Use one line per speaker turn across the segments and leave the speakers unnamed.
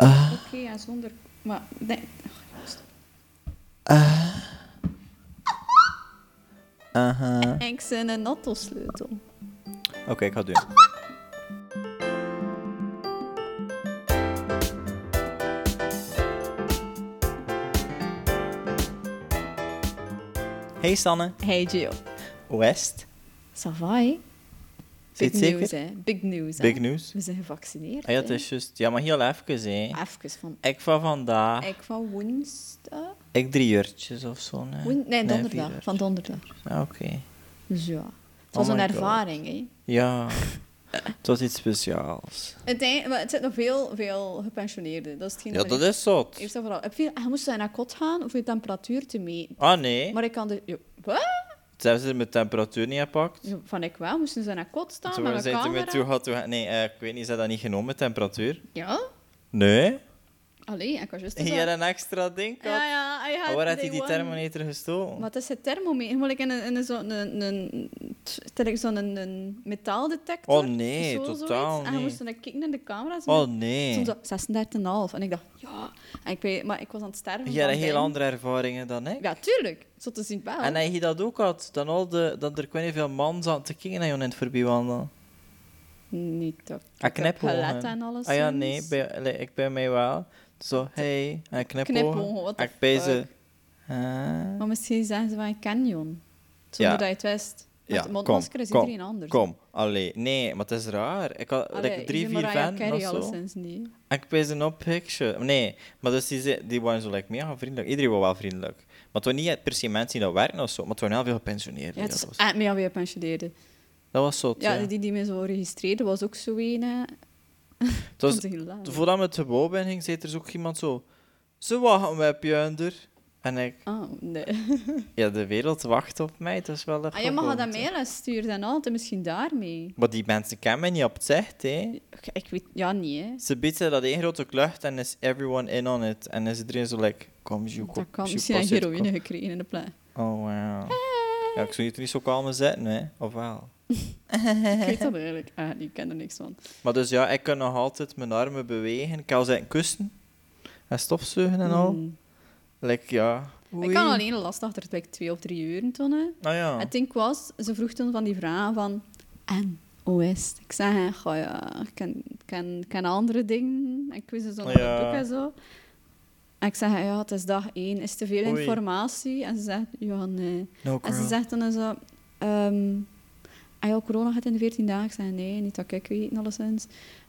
ja, zonder... Maar, nee.
Eh. Aha.
Ik zijn een nattelsleutel.
Oké, ik ga het doen. Hey Sanne,
Hey Gio.
West,
Savai.
Zit
Big
zeker?
news, hè. Big news, hè.
big news.
We zijn gevaccineerd,
Ah ja, het
hè.
is juist. Ja, Ah. maar heel even, hè.
Even van...
Ik van vandaag,
Ah. Ik van woensdag...
ik drie uurtjes of zo. Ah. Nee,
Woen- nee,
vier
donderdag.
uur.
van donderdag.
Ah, Oké.
Dus ja. Het was
Oh
een
my God.
ervaring, hè.
Ja, het was iets speciaals.
Het, eind- maar het zit nog veel, veel gepensioneerden. Dat is hetgeen
Ja,
wat
dat
ik-
is zot.
Eerst en vooral, heb je, je moest naar kot gaan of je temperatuur te meten.
Ah nee,
Maar ik kan de... Jo, wat?
ze hebben ze mijn temperatuur niet gepakt.
Jo, Van ik wel, moesten ze naar kot staan
Toen
met een
zijn ze
camera.
met toe gehad, toe gehad- Nee, eh, ik weet niet, ze dat niet genomen, temperatuur.
Ja?
Nee.
Allee, ik was juist...
Hier een extra ding had.
Ja, ja, I had
Waar had hij
day
die
one.
thermometer gestoken?
Maar het is het thermometer. Moet ik in een, in een zo'n een, een, stel ik zo'n een, een metaaldetector?
Oh, nee, totaal
zoiets. En je
niet.
moest dan kijken naar de camera. Zo
Oh
met-
nee.
Soms zo 36,5. En ik dacht, ja. En ik weet, maar ik was aan het sterven.
Jij
van
had heel
pijn.
andere ervaringen dan ik.
Ja, tuurlijk. Zo te zien wel.
En hij je dat ook had, dan al de, dat er kwam veel man aan te kijken naar jou in het voorbijwandelen.
Niet toch.
Ah, knipogen.
Palet en alles.
Ah ja,
soms.
nee, bij, allee, ik ben mij wel. Zo, hey, en knipogen.
Knipogen, what the
En ik bij ze.
fuck.
Ah.
Maar misschien zeggen ze van een canyon. Zonder
Ja.
dat je het wist. Met
Ja,
ja,
kom,
mondmasker is
kom,
iedereen anders.
Kom, allee, nee, maar het is raar. Ik had
Allee,
like, drie,
je
vier
Mariah
venten of
Carey
zo.
alleszins niet.
En ik wees een oppiksje. Nee, maar dus die, ze- die waren zo like, mega vriendelijk. Iedereen was wel vriendelijk. Maar het waren niet per se mensen die dat werken of zo, maar het waren heel veel gepensioneerden.
Ja, het
dat,
is
was,
echt meer weer pensioneerde.
dat was zot,
Ja,
ja.
die die mij zo registreerde was ook zo een. hè.
Het was-
Vond ik hilarisch.
voordat we het gebouw binnen gingen, zei er zo ook iemand zo... Ze wachten op Pjunder. En ik...
Ah, nee.
Ja, de wereld wacht op mij. Dat is wel een
Ah, je mag
gewoonte.
dat mail sturen en altijd misschien daarmee.
Maar die mensen kennen mij niet op het zicht, hè.
Ik- Ik weet, ja, niet, hè.
Ze biedt ze dat één grote klucht en is everyone in on it. En is iedereen zo like... Kom, Joe, kom.
Dat kan
Joe,
misschien een
pas hier,
heroïne gekregen in de plaats.
kom. Oh, wow. Ja, ik zou je er niet zo kalm in zitten, hè. Of wel?
Ik weet dat eigenlijk. Ah, die ken er niks van.
Maar dus ja, ik kan nog altijd mijn armen bewegen. Ik kan zijn kussen en stofzuigen en al.
Mm.
Like, ja.
Ik kan alleen last achter het werk twee of drie uur toen. hè.
Nou ja.
Het ding was, ze vroeg toen van die vragen van... En, hoe is het? Ik zei, goh ja, ik ken, ken, ken andere dingen. Ik wist dus nog
Ja.
ja. boek en zo. En ik zei, ja, het is dag één. Is te veel
Oei.
informatie? En ze zegt, ja, nee.
No
En ze
girl.
zegt dan zo... ehm ah ja, corona gaat in de 14 dagen. Ik zei, nee, niet dat ik weet, alleszins.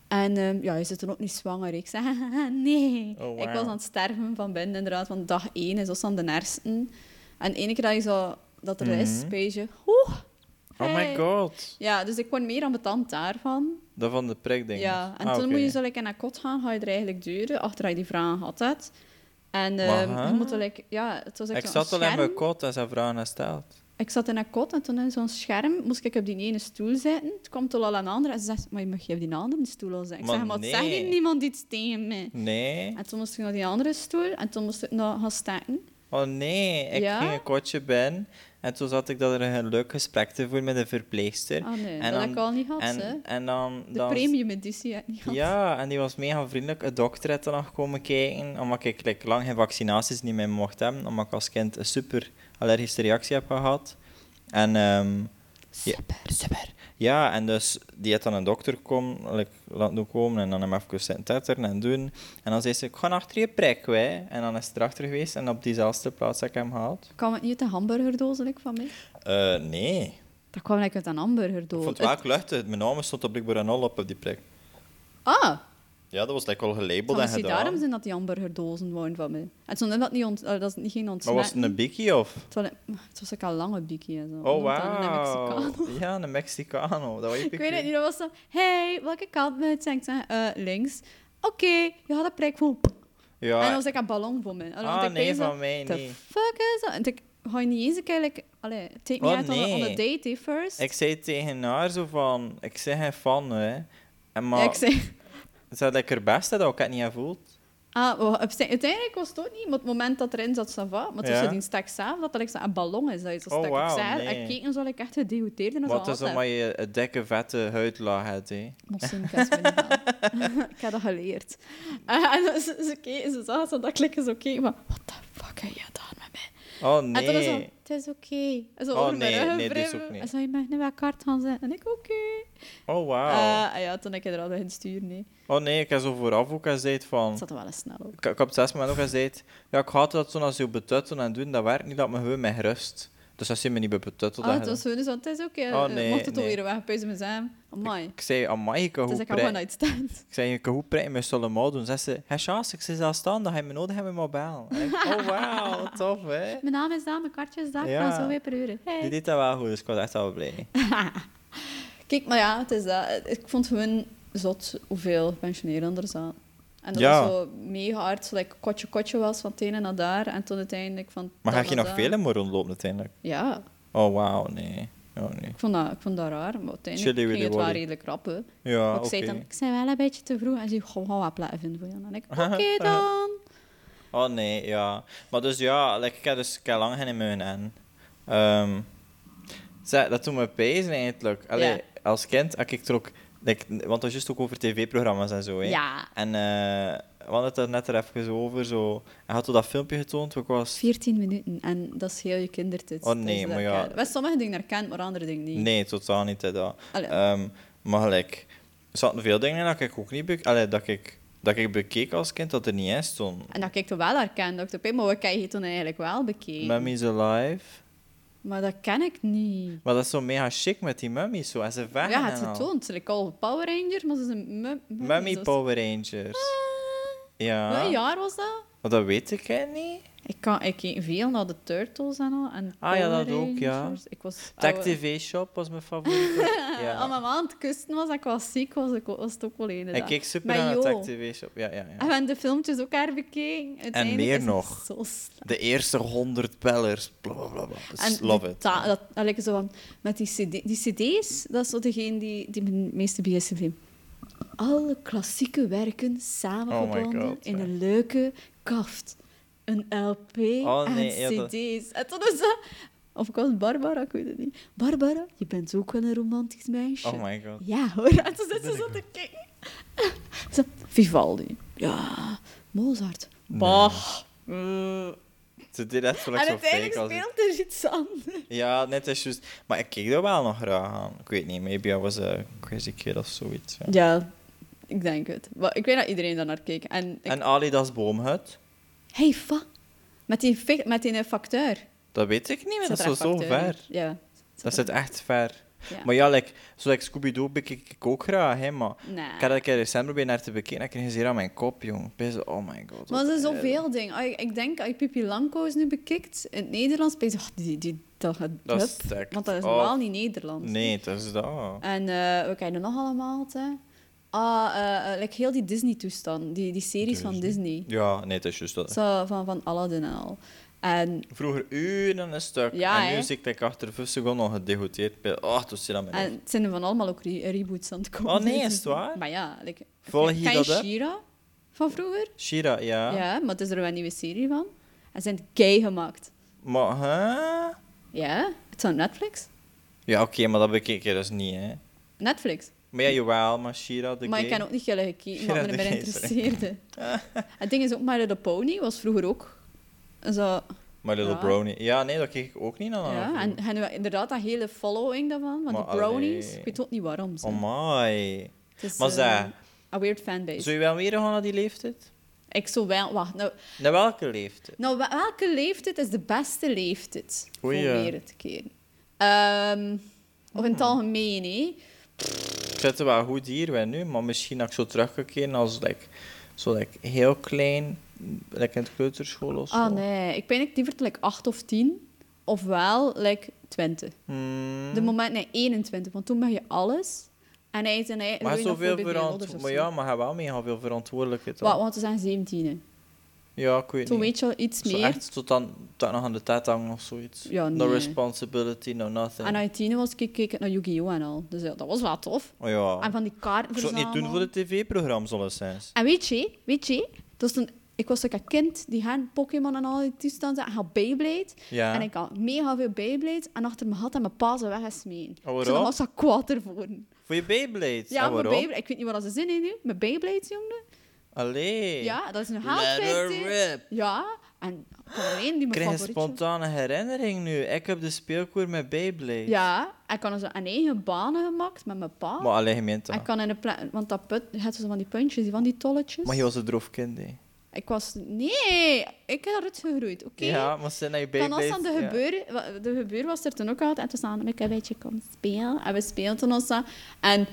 En ehm, ja, je zit dan ook niet zwanger. Ik zei, haha, nee.
Oh, wauw.
Ik was aan het sterven van binnen, inderdaad. Want dag één is ons aan de nersten. En ene keer dat je zo... Dat er is,
Mhm.
pees je... Oeh,
Oh my
hey.
god.
Ja, dus ik word meer aan betand daarvan.
Dat van de prikding.
Ja, en
Ah,
toen
oké.
moet je zo like, in een kot gaan, ga je er eigenlijk duren, achter dat je die vragen had. hebt. En ehm,
Waha.
je moet like, ja, het was like,
Ik
zo'n
zat al in
scherm.
mijn kot en zijn vragen stelt.
Ik zat in een kot en toen in zo'n scherm moest ik op die ene stoel zitten. Toen kwam er al een andere en ze zegt, maar je mag je op die andere stoel al zitten. Ik
Maar
zeg, maar
nee.
zeg je niemand iets tegen mij?
Nee.
En toen moest ik naar die andere stoel en toen moest ik nog gaan staan.
Oh nee, ik
Ja?
ging een kotje ben. En toen zat ik dat er een leuk gesprek te voeren met een verpleegster.
Ah nee,
En
dat
dan-
heb ik al niet gehad, hè.
en, en dan...
De
dan
premium editie heb ik niet gehad.
Ja, en die was mega vriendelijk. Een dokter had dan nog komen kijken, omdat ik like, lang geen vaccinaties niet meer mocht hebben, omdat ik als kind een super allergische reactie heb gehad. En ehm, Ja.
Super.
super. Ja, en dus die had dan een dokter komen, like, laten doen komen en dan hem even zitten tetteren en doen. En dan zei ze, ik ga achter je prik, wij. En dan is het erachter geweest en op diezelfde plaats heb ik hem gehaald.
Kwam het niet uit de hamburgerdoos like, van mij?
Eh, nee. Ik
Dat kwam like, uit een hamburgerdoos.
vond het wel kluchtig. Mijn naam stond op blijkbaar en al op op die prik.
Ah,
Ja, dat was like, al gelabeld
dan
en
is daarom
gedaan.
zijn dat die hamburgerdozen waren van mij. En toen dat niet ont, eh, dat is niet geen
Maar was
ontsmetting.
het een bikkie of...
Het was, het was ook een lange bikkie en zo.
Oh,
Want dan- dan heb ik ze
wauw.
koud.
Ja, een Mexicano. Dat was
Ik weet het niet, dat was zo... Hey, welke kant moet je? Ik zei, eh, links. Oké, je had een prik voor...
Ja.
En dan was ik een ballon voor mij. En dan
Ah,
had ik
nee,
bezig,
van mij
"The
niet."
fuck is dat? En ik ga je niet eens eigenlijk... Allee, take me
Oh,
out on, a, on a
nee.
date, eh, first.
Ik zei tegen haar zo van... Ik zeg geen fan, hè. En maar
Ja, ik zei...
ze had lekker best hè, dat ik het niet gevoeld.
Ah, wel, op zijn- uiteindelijk was het ook niet, maar het moment dat erin zat, ça va. Maar tussen
Ja.
die stek zelf, dat er like, zo een ballon is. Dat je zo
Oh,
stek
wauw,
op zij-
nee.
En keken zo like, echt gedegoteerd en
Wat
zo.
is omdat je een dikke, vette huidlaag hebt, hè?
Mossinkas ben ik wel. Ik heb dat geleerd. Eh, en ze, ze, keken, ze zag zo dat klikken zo keken, maar what the fuck heb je gedaan met mij?
Oh,
En toen is zo,
nee.
het is oké. En Zo
Oh,
over
nee,
mijn rug
nee, dit is
wrijven.
ook niet.
En zo, je mag nu wel kaart gaan zijn. En ik, oké.
Oh,
Eh,
wauw.
en ja, toen ik er al in stuur, nee.
Oh, nee, ik heb zo vooraf ook gezegd van...
Het zat er wel eens snel ook.
Ik, ik heb op het zesde moment ook gezegd... Ja, ik had dat zo als je betutten en doen, dat werkt niet, dat me gewoon met rust. Dus als je me niet betuttelt,
Ah,
dan...
het was zo, dus want het is oké.
Oh,
eh,
nee,
mocht het
nee.
alweer wegpuizen met zijn. Amai.
Ik zei, amai, ik kan
Het is
goed
like een
prijs.
one-night stand.
Ik zei, ik kan goed prijs, maar zullen maar doen. Zei ze, hé Sjaas, ik zei zelfstandig, heb je me nodig, heb je me bellen. En ik, oh, wauw, wat tof, hè.
Mijn naam is daar, mijn kaartje is daar, ik
Ja.
ga zo weer per uur. Hey.
Die deed dat wel goed, dus ik was echt wel blij.
Kijk, maar ja, het is dat. Ik vond gewoon zot hoeveel pensioneren er zaten. En dat
Ja.
was zo mega hard, zo like, kotje kotje was van het ene naar daar. En toen uiteindelijk van...
Maar
daar
ga je
naar
nog
daar.
veel in maar rondlopen uiteindelijk?
Ja,
Oh, wauw, nee. Oh, nee.
ik vond dat, ik vond dat raar. Maar uiteindelijk ging
Chili willy
het wel
wolly.
redelijk rap, hè. Maar
Ja, Ah, oké.
ik zei dan, ik zei wel een beetje te vroeg. En ze zei, goh, ga wat platen vinden voor jou. En ik, oké dan.
Oh nee, ja. Maar dus ja, like, ik heb dus ik heb lang geen immuun aan. Ehm, zeg, dat doet me pezen eigenlijk. Allee,
Ja.
Als kind had ik er ook... like, want dat was juist ook over tv-programma's en zo. Hè.
Ja,
En eh, we hadden het er net er even over. Zo. Hij had toen dat filmpje getoond. Ik was...
14 minuten. En dat is heel je kindertijd.
Oh, nee, maar ja.
Wel, sommige dingen herkent, maar andere dingen niet.
Nee, totaal niet. Hè, dat.
Allee.
Ehm, maar gelijk, er zaten veel dingen in dat ik ook niet... Be- Allee, dat ik, dat ik bekeek als kind dat er niet in stond.
En dat ik toen wel herkende. ook, oké, Maar wat kan je toen eigenlijk wel bekeken?
Mummy's Alive.
Maar dat ken ik niet.
Maar dat is zo mega chic met die mummies. Zo. En ze vechten
ja, het
en al.
getoond. Ze lijken al Power Rangers, maar ze is een mum- mummy.
Mummy
zoals-
Power Rangers.
Ah,
Ja.
Welk jaar was dat?
Maar dat weet ik hè, niet.
Ik, kan, ik keek veel naar de Turtles en al. En
Ah, ja,
Power
dat ook, ja.
Rangers. Ik was
Tech
oude-
TV Shop was mijn favoriete.
Als mijn
ja.
man aan het kussen was, en ik was ziek, was, ik, was het ook wel een
Ik
dag.
keek super
Maar
aan de
joh.
Tech TV Shop. Ja, ja,
En we
ja.
hebben de filmpjes ook haar bekeken. Uiteindelijk
meer
is het
nog.
Zo slecht.
De eerste 100 bellers. Bla, bla, bla, bla. Dus
En
Love
de
it.
ta- dat, dat lijkt zo van, met die, cd, die cd's, dat is zo degene die, die me het meeste bezig heeft. Alle klassieke werken samengebonden
Oh my God,
in
ja.
een leuke kaft. Een LP
Oh nee, ja,
en
dat-
cd's. En toen is dat... Of ik was Barbara, ik weet het niet. Barbara, je bent ook wel een romantisch meisje.
Oh my god.
Ja hoor, en toen zit ze zo te kijken. Zo, Vivaldi. Ja, Mozart. Bach. Eh,
Ze deed echt wel
en
zo
uiteindelijk
fake. Als...
speelt er iets anders.
Ja, net is juist. Maar ik keek er wel nog graag aan. Ik weet niet, maybe I was a crazy kid of zoiets. ja.
Ja, ik denk het. Maar ik weet dat iedereen daar naar keek. En ik...
En Alidas Boomhut?
Hey, fa. Met die, fi- met die eh, facteur.
Dat weet ik niet, maar dat
Zat
is
er
zo,
een
zo
facteur
ver.
in? Ja.
Dat zit echt ver.
Ja.
Maar ja, like, zo like Scooby-Doo bekijk ik ook graag, hè, maar
Nee.
ik had dat een keer recent proberen naar te bekijken en ik kreeg zeer aan mijn kop, jong. Pisse, oh my god.
Maar er
wat
zijn
erg.
zoveel dingen. Als je- Ik denk, als je Pipi Lanko's nu bekikt in het Nederlands, ben je, oh, die, die, dat gaat
Dat
hup.
is sterk.
Want dat is
Oh.
normaal niet Nederlands.
Nee, dat is dat.
En eh, we kennen nog allemaal het, hè. Ah, eh, eh, like heel die Disney-toestand. Die, die series van Disney.
Ja, nee, dat is juist dat.
Zo, van, van Aladdin en al. En
Vroeger uren een stuk.
Ja,
en nu
hè.
zit ik achter 5 seconden al gedegoteerd. bij- Oh, dat is aan mijn
En
hoofd.
het zijn er van allemaal ook re- reboots aan het komen. Dus-
Oh nee, is het waar?
Maar ja, like,
Volg
ken-
je
ken
dat op?
Shira van vroeger?
Shira, ja.
Ja. maar het is er wel een nieuwe serie van. En zijn kei gemaakt.
Maar, hè?
Ja, het is op Netflix.
Ja, oké, maar dat bekeek je dus niet, hè.
Netflix.
Maar ja, jawel, maar Shira, de
maar ik
gay.
kan ook niet gillen gekeken, wat
Shira
me
de
meer
Gay,
interesseerde. het ding is ook, My Little Pony was vroeger ook zo...
My Little
Ja.
Brownie. Ja, nee, dat keek ik ook niet naar.
ja, en, en we- inderdaad dat hele following daarvan, want
Ah, Maar
die brownies,
allee.
ik weet ook niet waarom. Ze.
Oh my.
het is
maar
eh,
zeg.
een weird fanbase.
Zou je wel weer gaan naar die leeftijd?
Ik zou wel... Wacht, nou,
Naar welke leeftijd?
Nou, wel- welke leeftijd is de beste leeftijd voor
Oei, ja. Hmm.
leren te keren? Ehm, of in het algemeen, hè?
Ik zit er wel goed hier bij nu, maar misschien dat ik zo terug kan keren als like, zo like, heel klein, like in de kleuterschool of zo.
Ah, nee. Ik ben eigenlijk liever te, like, 8 of 10. Ofwel like 20.
Hmm.
De moment, nee, 21. Want toen ben je alles. En hij is en hij...
Maar
wil je nog
zoveel
voorbeeld bij je ouders of
verantwoordelijkheid. Maar
zo.
ja, maar je hebt wel mega veel verantwoordelijkheid.
Wa-
dan.
Want we zijn 17. hè.
Ja, ik weet
Toen
niet.
weet je al iets
Zo
meer.
echt tot dan tot nog aan de tijd hangen of zoiets.
Ja,
No
nee.
responsibility, no nothing.
En als je 10 was, keek keek ik naar Yu-Gi-Oh! en al. Dus ja, dat was wel tof.
Oh ja.
En van die kaarten
Ik zou het niet doen voor de tv-programma's, alleszins.
En weet je, weet je, dat is een Ik was ook een kind die gaan Pokémon en al die toestanden. En had Beyblade.
Ja.
En ik had mega veel Beyblade. En achter mijn had en mijn pa ze weggesmeen.
Oh, waarom?
Zo, dan was ze kwaad ervoor.
Voor je Beyblade.
Ja,
ah,
mijn
waarom?
Beyblade. Ik weet niet wat ze zin in nu. Mijn Beyblade, jongen.
Allee.
Ja, dat is een
Let her
haalfeitje.
rip.
Ja. En alleen die
Ik
mijn
krijg een
favorietje.
spontane herinnering nu. Ik heb de speelkoer met Beyblade.
Ja. En kan zo een eigen banen gemaakt met mijn pa.
Maar alleen gemeente.
En kan in de pla- want dat put, het zo van die puntjes, die van die tolletjes.
Maar je was een droef kind, hè.
Ik was, nee, ik heb eruit gegroeid, oké?
Ja, maar zijn dat je
Dan
Beyblade...
was dan de
ja.
gebeur, wa- de gebeur was er toen ook altijd. En toen staan ik een beetje kom spelen. En we speelden ons dat. En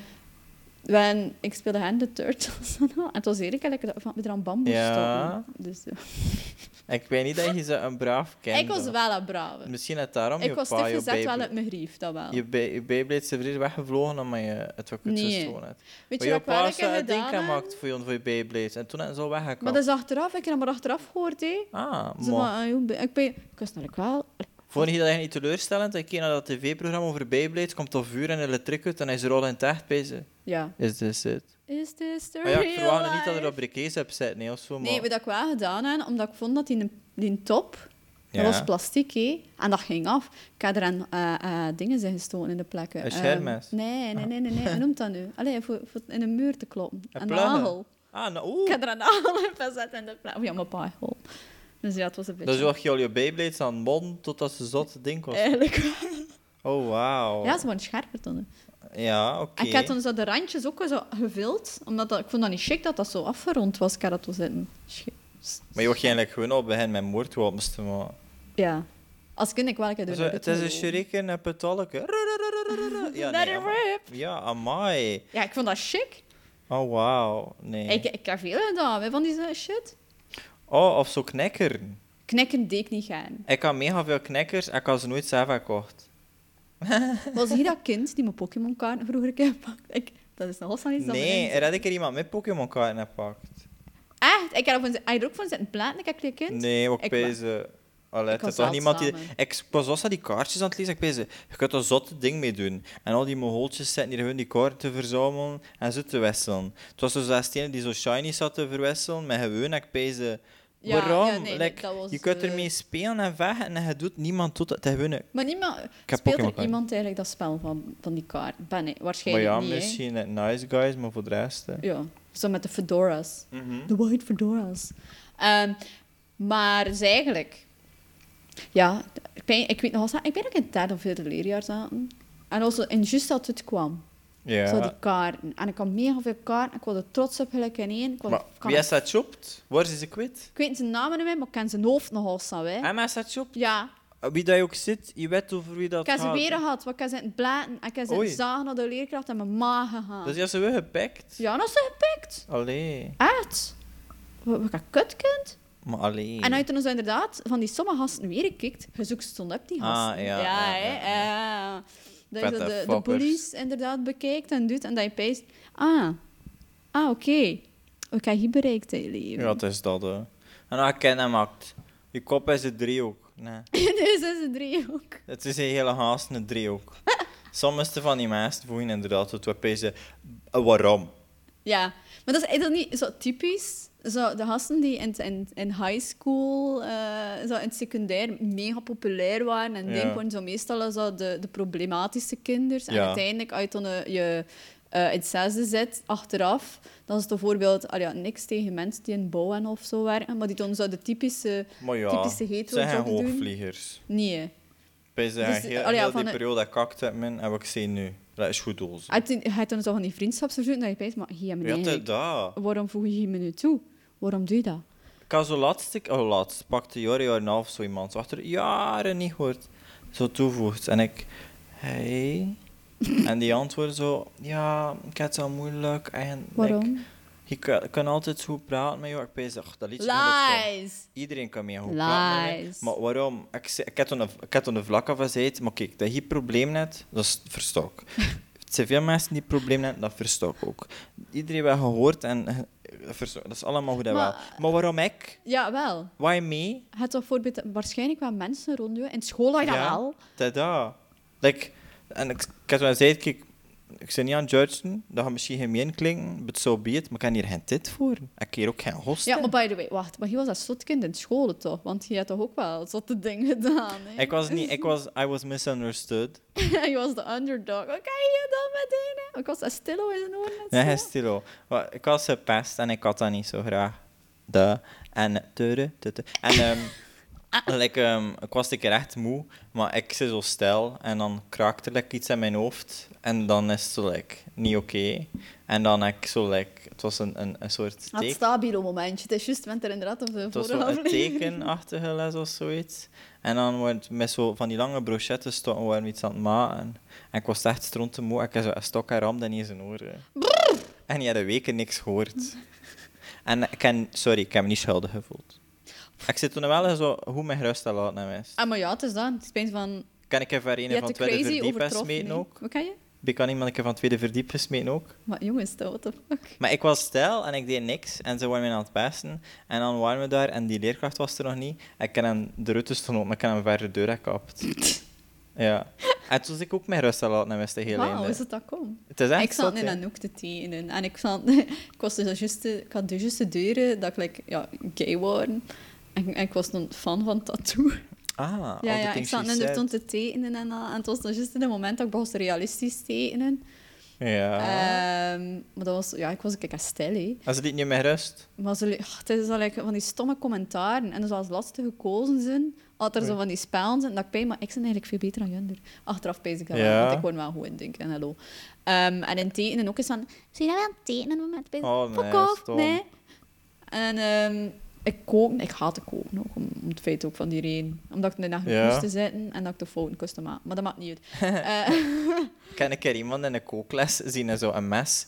when, ik speelde hen de Turtles en al. En het was eerlijk lekker dat we van- we er aan bamboe
Ja.
stonden. Dus, eh,
Ik weet niet dat je zo een braaf kind
ik was
was.
wel een brave.
Misschien dat daarom
Ik
je
was
pa je
gezet wel
Beyblade...
uit mijn grief, dat wel.
Je, Bey- je Beyblade zijn vrienden weggevlogen omdat je het wat kut
Nee.
gestolen hebt.
Weet
Maar
je wat
je
ik wel
pa
een keer
zou het ding
gedaan heb?
gemaakt voor je, voor je Beyblade. En toen hebben ze al weggekapt.
Maar dat is achteraf. Ik heb dat maar achteraf gehoord, hè.
Ah,
Zo
maar...
van, ah, joh, Ik, ben, ik was natuurlijk wel...
Vond je dat eigenlijk niet teleurstellend? Een keer naar dat tv-programma over Beyblade komt al vuur en elektriek uit en hij is er al in het echt bezig.
Ja.
Is this it?
Is this the
Maar ja, ik
real
verwacht niet dat er
life?
op briquets hebt zitten, nee, of zo, maar...
Nee, wat ik wel gedaan heb, omdat ik vond dat die, die top, dat was plastic, hé. En dat ging af. Ik heb er aan eh, eh, dingen zijn gestoken in de plekken.
Een
Ehm,
schermes?
nee, nee, nee, nee, nee. Hoe noemt dat nu? Allee, voor, voor in een muur te kloppen.
Een
Een
plannen.
nagel.
Ah, nou,
Ik
oeh.
heb er een nagel in gezet in de plek. Oh ja, mijn pa hol. Dus ja, het was een beetje...
Dus wacht je al je Beyblades aan mon totdat ze zotte ding kost.
Eigenlijk
Oh, wauw.
Eh. Ja, ze waren scherper toen.
Ja, oké.
En ik had dan zo de randjes ook zo gevuld, omdat dat, ik vond dat niet chic dat dat zo afgerond was. Ik had dat toen zitten. Schi-
Maar je mocht eigenlijk gewoon al begin met moordwapens te maken.
Ja. Als kind ik wel een keer door
Zo,
de
het is een
ritueel.
shuriken en petalleke. Ja,
Let
nee,
it
amai.
rip.
Ja, amai.
Ja, ik vond dat chic.
Oh, wauw. Nee.
Ik, ik heb veel gedaan hè, van die zo- shit.
Oh, of zo knekkeren.
Knikken deed ik niet gaan.
Ik had mega veel knekkers en ik had ze nooit zelf gekocht.
Was hij dat kind die mijn Pokémon-kaarten vroeger een keer pakte? Ik, dat is nog steeds iets dat
Nee,
erin
er had ik er iemand met Pokémon-kaarten gepakt.
zit. Echt? Ik heb ervan- hij er ook van zitten platen, ik heb een kind.
Nee, ook
Ik
bij
wa-
ze. Allee,
Ik
het is
was
toch niemand die...
zeldzame.
Ik was was aan die kaartjes aan het lezen. Ik bij ze, je kunt er zotte ding mee doen. En al die moholtjes zitten hier hun die kaarten te verzamelen en ze te wisselen. Het was dus dat stenen die zo shiny zat te verwisselen, maar gewoon, ik bij ze...
Ja,
waarom?
ja, nee,
Like,
dat was,
je kunt
eh,
ermee spelen en vechten en je doet niemand doet dat. Het is gewoon een-
Maar niemand,
heb
speelt er
Pokémon-kaarten.
iemand eigenlijk dat spel van, van die kaart? Ben ik
Maar
waarschijnlijk
ja,
niet. hè.
misschien het nice guys, maar voor de rest... eh. hè.
Ja, zo met de fedoras.
Mhm.
De white fedoras. Ehm, maar dus eigenlijk... Ja, ik, ben, ik weet nog wel... Ik ben ook in het derde of vierde leerjaar zaten. En, also, en juist dat het kwam.
Ja.
Zo die kaarten. En ik had mega veel kaarten. Ik was er trots op, gelijk in één. Ik, was-
Maar
kan-
wie is dat chopt? Waar is ze kwijt?
ik weet zijn namen niet meer, maar ik ken zijn hoofd nogal staan. hè.
Emma is dat chopt?
Ja,
Eh, Wie dat je ook zit, je weet over wie dat
ik heb ze
gaat.
weer gehad. Want ik heb zitten blaten. En ik heb
Oei.
zitten zagen naar de leerkracht en mijn maag gegaan.
Dus die hebben ze wel gepakt.
Ja, dat is ze gepikt.
Allee.
Echt. Wat, wat een kutkind.
Maar allee.
En uit ons inderdaad van die sommige gasten weer gekikt, je zoekt stond op die gasten.
Ah, ja, ja,
hè,
ja,
ja. Dat je
Vette
zo de, de
fokkers.
bullies inderdaad bekijkt en doet en dat je pijst. Ah, ah oké. Ik heb hier bereikt in je leven.
Ja, het is dat, hè. En dan ken hem maakt. Je kop is een driehoek. Nee.
dus is het driehoek.
Het is een hele haast een driehoek. Sommige van die mensen voelen inderdaad het wat bij ze... eh, Waarom?
Ja, maar dat is eigenlijk niet zo typisch. Zo, de gasten die in, het- in, in high school, eh, zo in het secundair, mega populair waren. En
Ja.
denk waren zo meestal zo de, de problematische kinders. En
Ja.
uiteindelijk, uit dan eh, je eh, in het zesde zit, achteraf, dan is het bijvoorbeeld ah ja, niks tegen mensen die in bouw en of zo waren. Maar die dan zo de typische...
Maar ja,
Typische
het
hetero
zijn geen
jobben doen.
hoogvliegers.
Nee.
Bij ze
Dus,
hebben heel,
allee, ja,
heel
van
die
de-
periode dat ik kakt heb, men, en wat ik zie nu. Dat is goed doos.
Hij had dan zo van die vriendschapsverzoek, dat je weet, maar hier
Ja, het
meneer,
is dat.
waarom voeg je me nu toe? Waarom doe je dat?
Ik had zo laatst, ik- oh laatst, pakte jaar, jaar en een half zo iemand, zo achter jaren niet gehoord, zo toevoegt. En ik, hey. en die antwoordde zo, ja, ik heb het wel moeilijk. En
Waarom?
Ik, je kan, kan altijd goed praten met eh, jou. Ik ben zeg, dat liedje moet opkomen.
Lies!
Iedereen kan mee goed praten. met mij.
Lies.
Maar waarom? Ik, zei- ik had toen een- ik had toen een vlak af gezegd, maar kijk, dat je probleem net, dat is verstok. Het zijn veel mensen die problemen hebben, dat verstok ook. Iedereen wel gehoord en eh, verstok, dat is allemaal goed en wel.
Maar-
Maar waarom ik?
Ja, wel.
Why me?
Je hebt toch voorbeeld waarschijnlijk wel mensen rond je. In school had je dat
Ja.
wel.
Tada. Like, en ik, ik had wel gezegd, kijk, ik ben niet aan het judgen, dat gaat misschien gemeen klinken, but so be it, maar ik heb hier geen tijd voor. Ik heb hier ook geen host
Ja,
in.
maar by the way, wacht. Maar je was als slotkind in school, toch? Want je had toch ook wel zotte dingen gedaan, hè?
Ik was niet, ik was, I was misunderstood.
je was de underdog. Wat kan je dan met die? Ik was als stillo in de oren.
Nee, hij is stil. Maar Ik was gepest en ik had dat niet zo graag. De. En tere, tete. En ehm, like, ehm, ik was een keer echt moe, maar ik zit zo stil en dan kraakt er like, iets in mijn hoofd en dan is het zo like, niet oké. En dan heb ik zo, like, het was een, een, een soort
Het
teken.
stabiele momentje. Het is juist, want er inderdaad op de
Het was
vorige
zo een
aflevering.
tekenachtige les of zoiets. En dan wordt met zo van die lange brochettes stonden we waren iets aan het maken. En ik was echt stront te moe. Ik heb zo een stok en ramde in zijn oren. En je had een weken niks gehoord. En ik heb, sorry, ik heb me niet schuldig gevoeld. Ik zit toen wel zo hoe mijn rust te laten hebben is.
Ah, maar ja, het is dan. Het is opeens van...
Kan ik even
Je
een
hebt
van
de
het tweede
crazy
verdiep
overtroffen.
smeten
hè?
ook?
Wat kan je?
Ik kan iemand een keer van het tweede verdiep gesmeten ook.
Maar jongens, dat what the fuck?
Maar ik was stijl en ik deed niks. En ze waren mij aan het pesten. En dan waren we daar en die leerkracht was er nog niet. En ik heb hem de route stond op, maar ik heb hem verder deur gekapt. ja. En toen was ik ook mijn rust aan laten met de hele
Wauw,
einde.
is het dat kom?
Het is echt
ik zat
zot,
in
hè.
Anouk te tekenen. En ik, zat, ik, was dus just, ik had dus juist de deuren dat ik like, ja, gay worden. En, en ik was een fan van tattoo.
Ah, all the
ja, ja, ik
things
zat
she
in de
said.
ton te tekenen en al. En het was dus juist in het moment dat ik begon te realistisch tekenen.
Ja.
Ehm, maar dat was, ja, ik was een keer stil, hè.
Als het niet met mijn rust.
Maar ze, ah, het is al like, van die stomme commentaren. En dus als laatste gekozen zijn, had er zo
Oei.
van die spellen zijn. Dat ik bij, maar ik ben eigenlijk veel beter dan Junder. Achteraf pees ik dat wel,
Ja.
want ik word wel goed in, denk ik. En hallo. Ehm, en in tekenen ook eens van, zie je dat wel aan het tekenen? Moment, bezig?
Oh, nee,
Fuck off,
stom.
nee. En ehm, ik kook, ik haat te koken ook, om, om het feit ook van die reden. Omdat ik in de nacht
Ja.
moest te zitten en dat ik de fouten kuste maken. Maar dat maakt niet uit. Eh,
Ik heb een keer iemand in een kookles zien en zo een mes.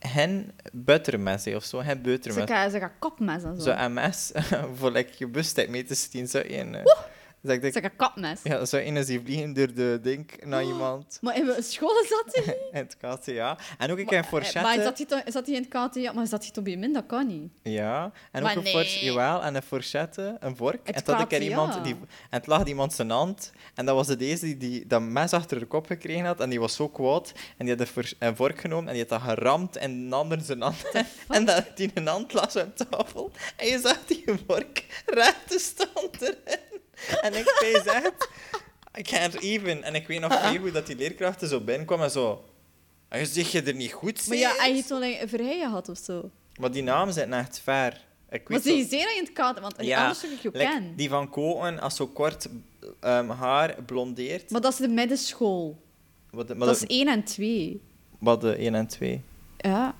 Geen buttermes hè, of zo, geen
ze,
botermes.
gaan, ze gaan kapmes en zo.
Zo'n mes voor like, je bus mee te zien. Zo één. eh. Dus ik denk,
Ze gaan kapmes.
Ja, zo in zien vliegen door de ding naar iemand
Maar in mijn school zat hij niet.
in het KCA. En ook
Maar-
een keer een
eh, Maar
fourchette.
zat hij, toch- zat hij in het KT? Ja, maar zat hij toch bij min? Dat kan niet.
Ja, en ook
Maar
een
nee.
fourchette. Jawel, en een fourchette, een vork.
Het
en toen had ik er
KCA.
iemand die, en het lag iemand zijn hand. En dat was het deze die, die dat mes achter de kop gekregen had. En die was zo kwaad. En die had een, fours- een vork genomen en die had dat geramd in de ander zijn hand. En dat, die een hand lag zo op tafel. En je zag die vork recht te stand erin. En ik zei echt, I can't even. En ik weet nog
Ah.
niet hoe dat die leerkracht er zo binnenkwam en zo... "Ah, Zeg je er niet goed,
Maar ja,
zeer?"
hij heeft toen een vrije had of zo.
Maar die naam zit echt ver. Ik
Maar
weet
ze
zo-
is zeer dat je in het KT, want
Ja,
anders zou ik je
like
kennen.
Die van Koten, als zo kort ehm, haar blondeert.
Maar dat is de middenschool.
Wat, de- maar
Dat is
de-
1 en 2.
wat de 1 en 2.
Ja,